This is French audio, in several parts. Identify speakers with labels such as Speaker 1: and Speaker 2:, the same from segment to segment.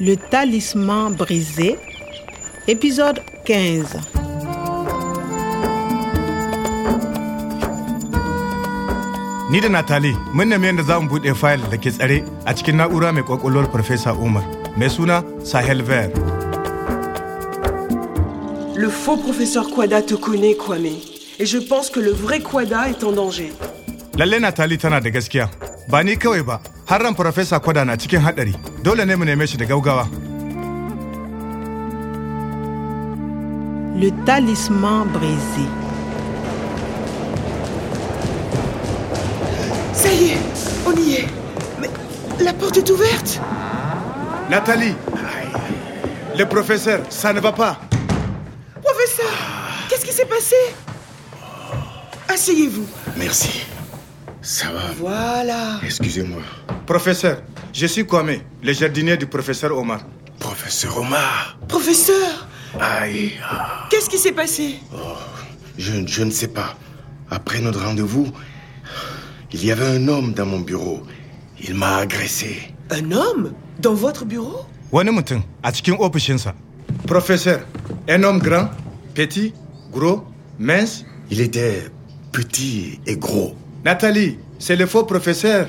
Speaker 1: Le talisman brisé, épisode 15.
Speaker 2: Ni da Natali, mun nemi yadda za mu buɗe fayil da ke tsare a cikin na'ura mai ƙwaƙwalwar Farfesa Umar, mai suna Sahel Ver.
Speaker 3: Le faux professeur Quada te connaît, Kwame. Et je pense que le vrai Quada est en danger.
Speaker 2: Lalle Natali tana da gaskiya. Ba ni kawai ba, har ran Farfesa Kwada na cikin haɗari. Dole ne mu neme shi da gaugawa.
Speaker 1: Le talisman brisé.
Speaker 3: Ça y est, on y est. Mais la porte est ouverte.
Speaker 2: Nathalie Le professeur, ça ne va pas.
Speaker 3: Professeur, qu'est-ce qui s'est passé Asseyez-vous.
Speaker 4: Merci. Ça va.
Speaker 3: Voilà.
Speaker 4: Excusez-moi.
Speaker 2: Professeur, je suis Kwame, le jardinier du professeur Omar.
Speaker 4: Professeur Omar.
Speaker 3: Professeur,
Speaker 4: Aïe. ah,
Speaker 3: qu'est-ce qui s'est passé
Speaker 4: Je, je ne sais pas. Après notre rendez-vous, il y avait un homme dans mon bureau. Il m'a agressé.
Speaker 3: Un homme Dans votre bureau
Speaker 2: Wani mutum a cikin ofishinsa. Professeur, un homme grand, petit, gros, mince.
Speaker 4: Il était petit et gros.
Speaker 2: Nathalie, c'est le faux professeur.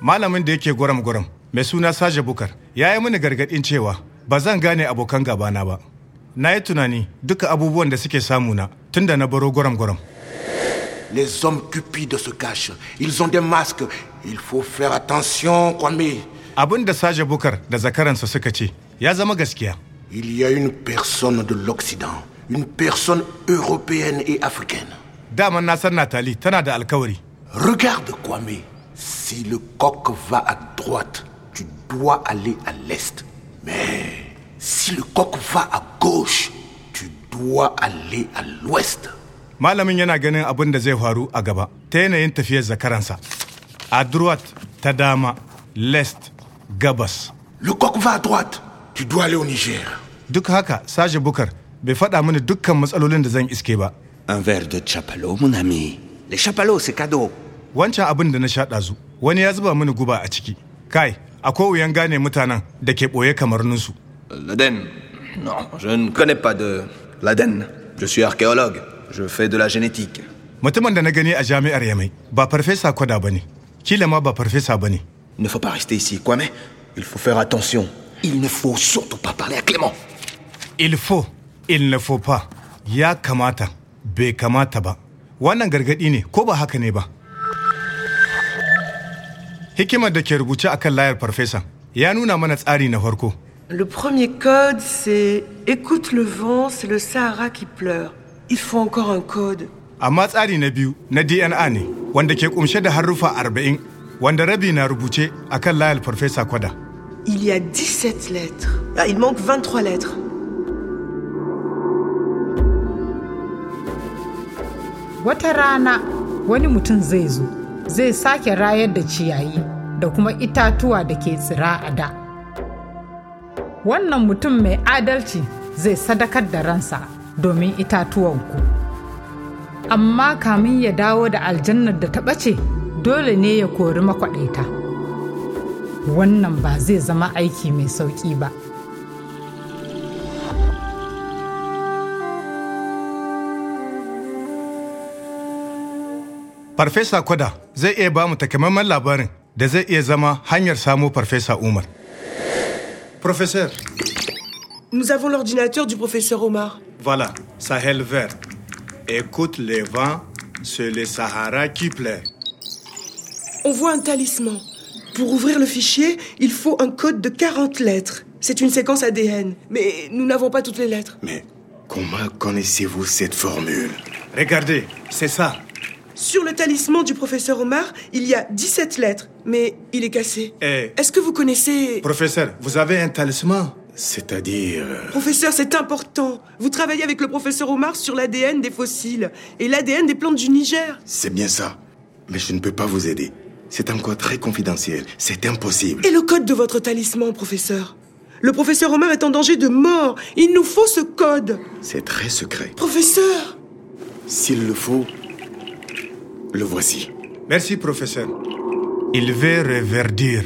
Speaker 2: Malamin da yake gwaram-gwaram mai suna Saje Bukar ya yi mini gargaɗin cewa ba zan gane abokan gabana ba. Na yi tunani duka abubuwan da suke samuna tun da na baro gwaram-gwaram.
Speaker 5: Les hommes cupides se cachent. Ils ont des masques. Il faut faire attention, Kwame.
Speaker 2: Abin da Saje Bukar da zakaransa suka ce ya zama gaskiya.
Speaker 5: Il y a une personne de l'Occident, une personne européenne et africaine.
Speaker 2: Daman na san Nathalie tana da alkawari.
Speaker 5: Regarde, Kwame. Si le coq va à droite, tu dois aller à l'est. Mais si le coq va à gauche, tu dois aller à l'ouest.
Speaker 2: Malamin yana ganin abin da zai faru a gaba ta yanayin tafiyar zakaransa. A droite ta dama, lest, gabas.
Speaker 5: Le coq va à droite, tu dois aller au Niger.
Speaker 2: Duk haka Saje Bukar bai faɗa mini dukkan matsalolin da zan iske ba.
Speaker 6: Un verre de chapalot, mon ami. Les chapalots, c'est cadeau.
Speaker 2: Wancan abin da na sha ɗazu, wani ya zuba mini guba a ciki. Kai, akwai wuyan gane mutanen da ke ɓoye kamarninsu.
Speaker 7: L'Aden Non, je ne connais pas de l'Aden. Je suis archéologue. Je fais de la génétique.
Speaker 2: Mutumin da na gani a jami'ar Yamai ba farfesa kwada ba ne, kila ma ba farfesa ba ne.
Speaker 7: Il ne faut pas rester ici, Kwame. Il faut faire attention.
Speaker 5: Il ne faut surtout pas parler à Clément.
Speaker 2: Il faut, il ne faut pas, ya kamata, bai kamata ba. Wannan gargaɗi ne ko ba haka ne ba. Hikimar da ke rubuce akan layar farfesa ya nuna mana tsari na farko.
Speaker 3: Le premier code, c'est écoute le vent, c'est le Sahara qui pleure. Il faut encore un code.
Speaker 2: Amma tsari na biyu na DNA ne wanda ke kumshe da haruffa arba'in wanda rabi na rubuce akan layar farfesa kwada.
Speaker 3: Il y a 17 lettres. Ah, il manque 23 lettres.
Speaker 8: Wata rana wani mutum zai zo, zai sake rayar da ciyayi da kuma itatuwa da ke tsira a da. Wannan mutum mai adalci zai sadakar da ransa domin itatuwanku. Amma kamin ya dawo da aljannar da ta ɓace, dole ne ya kori makwaɗaita. Wannan ba zai zama aiki mai sauƙi ba.
Speaker 2: Farfesa kwada zai iya ba mu takamaiman labarin da zai iya zama hanyar samo Farfesa Umar. Professeur,
Speaker 3: Nous avons l'ordinateur du professeur Omar.
Speaker 2: voilà, Sahel vert. Écoute les vents, c'est le Sahara qui plaît.
Speaker 3: On voit un talisman. Pour ouvrir le fichier, il faut un code de 40 lettres. C'est une séquence ADN, mais nous n'avons pas toutes les lettres.
Speaker 4: Mais comment connaissez-vous cette formule
Speaker 2: Regardez, c'est ça.
Speaker 3: Sur le talisman du professeur Omar, il y a 17 lettres, mais il est cassé.
Speaker 2: Eh.
Speaker 3: Est-ce que vous connaissez...
Speaker 2: Professeur, vous avez un talisman
Speaker 4: C'est-à-dire... euh,
Speaker 3: Professeur, c'est important. Vous travaillez avec le professeur Omar sur l'ADN des fossiles et l'ADN des plantes du Niger.
Speaker 4: C'est bien ça. Mais je ne peux pas vous aider. C'est encore très confidentiel. C'est impossible.
Speaker 3: Et le code de votre talisman, professeur Le professeur Omar est en danger de mort. Il nous faut ce code.
Speaker 4: C'est très secret.
Speaker 3: Professeur
Speaker 4: S'il le faut, Le voici.
Speaker 2: Merci, professeur. Il veut reverdir.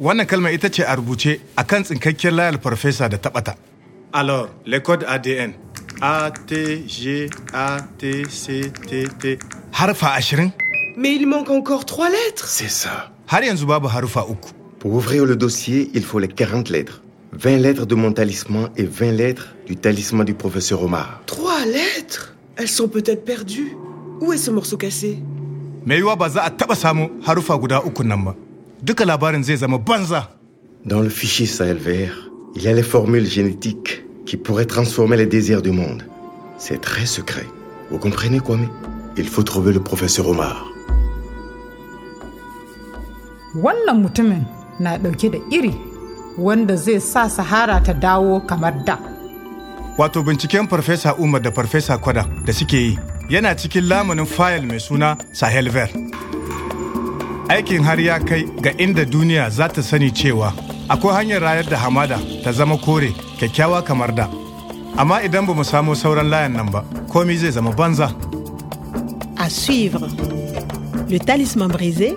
Speaker 2: Wannan kalma ita ce a rubuce a kan tsinkakkiyar layar farfesa da taɓata. Alors, le code ADN. A, T, G, A, T, C, T, T. Harfa ashirin?
Speaker 3: Mais il manque encore trois lettres.
Speaker 4: C'est ça.
Speaker 2: Har yanzu babu harfa uku.
Speaker 4: Pour ouvrir le dossier, il faut les 40 lettres. 20 lettres de mon talisman et 20 lettres du talisman du professeur Omar.
Speaker 3: Trois lettres Elles sont peut-être perdues. Où est ce morceau cassé
Speaker 2: Mai yiwuwa ba za a taɓa samu harufa guda uku nan ba. Duka labarin zai zama banza.
Speaker 4: Dans le fichier Sahel vert, il y a les formules génétiques qui pourraient transformer les désirs du monde. C'est très secret. Vous comprenez, Kwame Il faut trouver le professeur Omar.
Speaker 8: wannan mutumin na ɗauke da iri wanda zai sa sahara ta dawo kamar da
Speaker 2: Wato binciken Farfesa Umar da Farfesa Kwada da suke yi yana cikin lamunin fayil mai suna Sahel Ver. Aikin har ya kai ga inda duniya za ta sani cewa akwai hanyar rayar da hamada ta zama kore kyakkyawa kamar da. Amma idan ba mu samo sauran layan nan ba, komi zai zama banza.
Speaker 1: À suivre. Le Talisman brisé,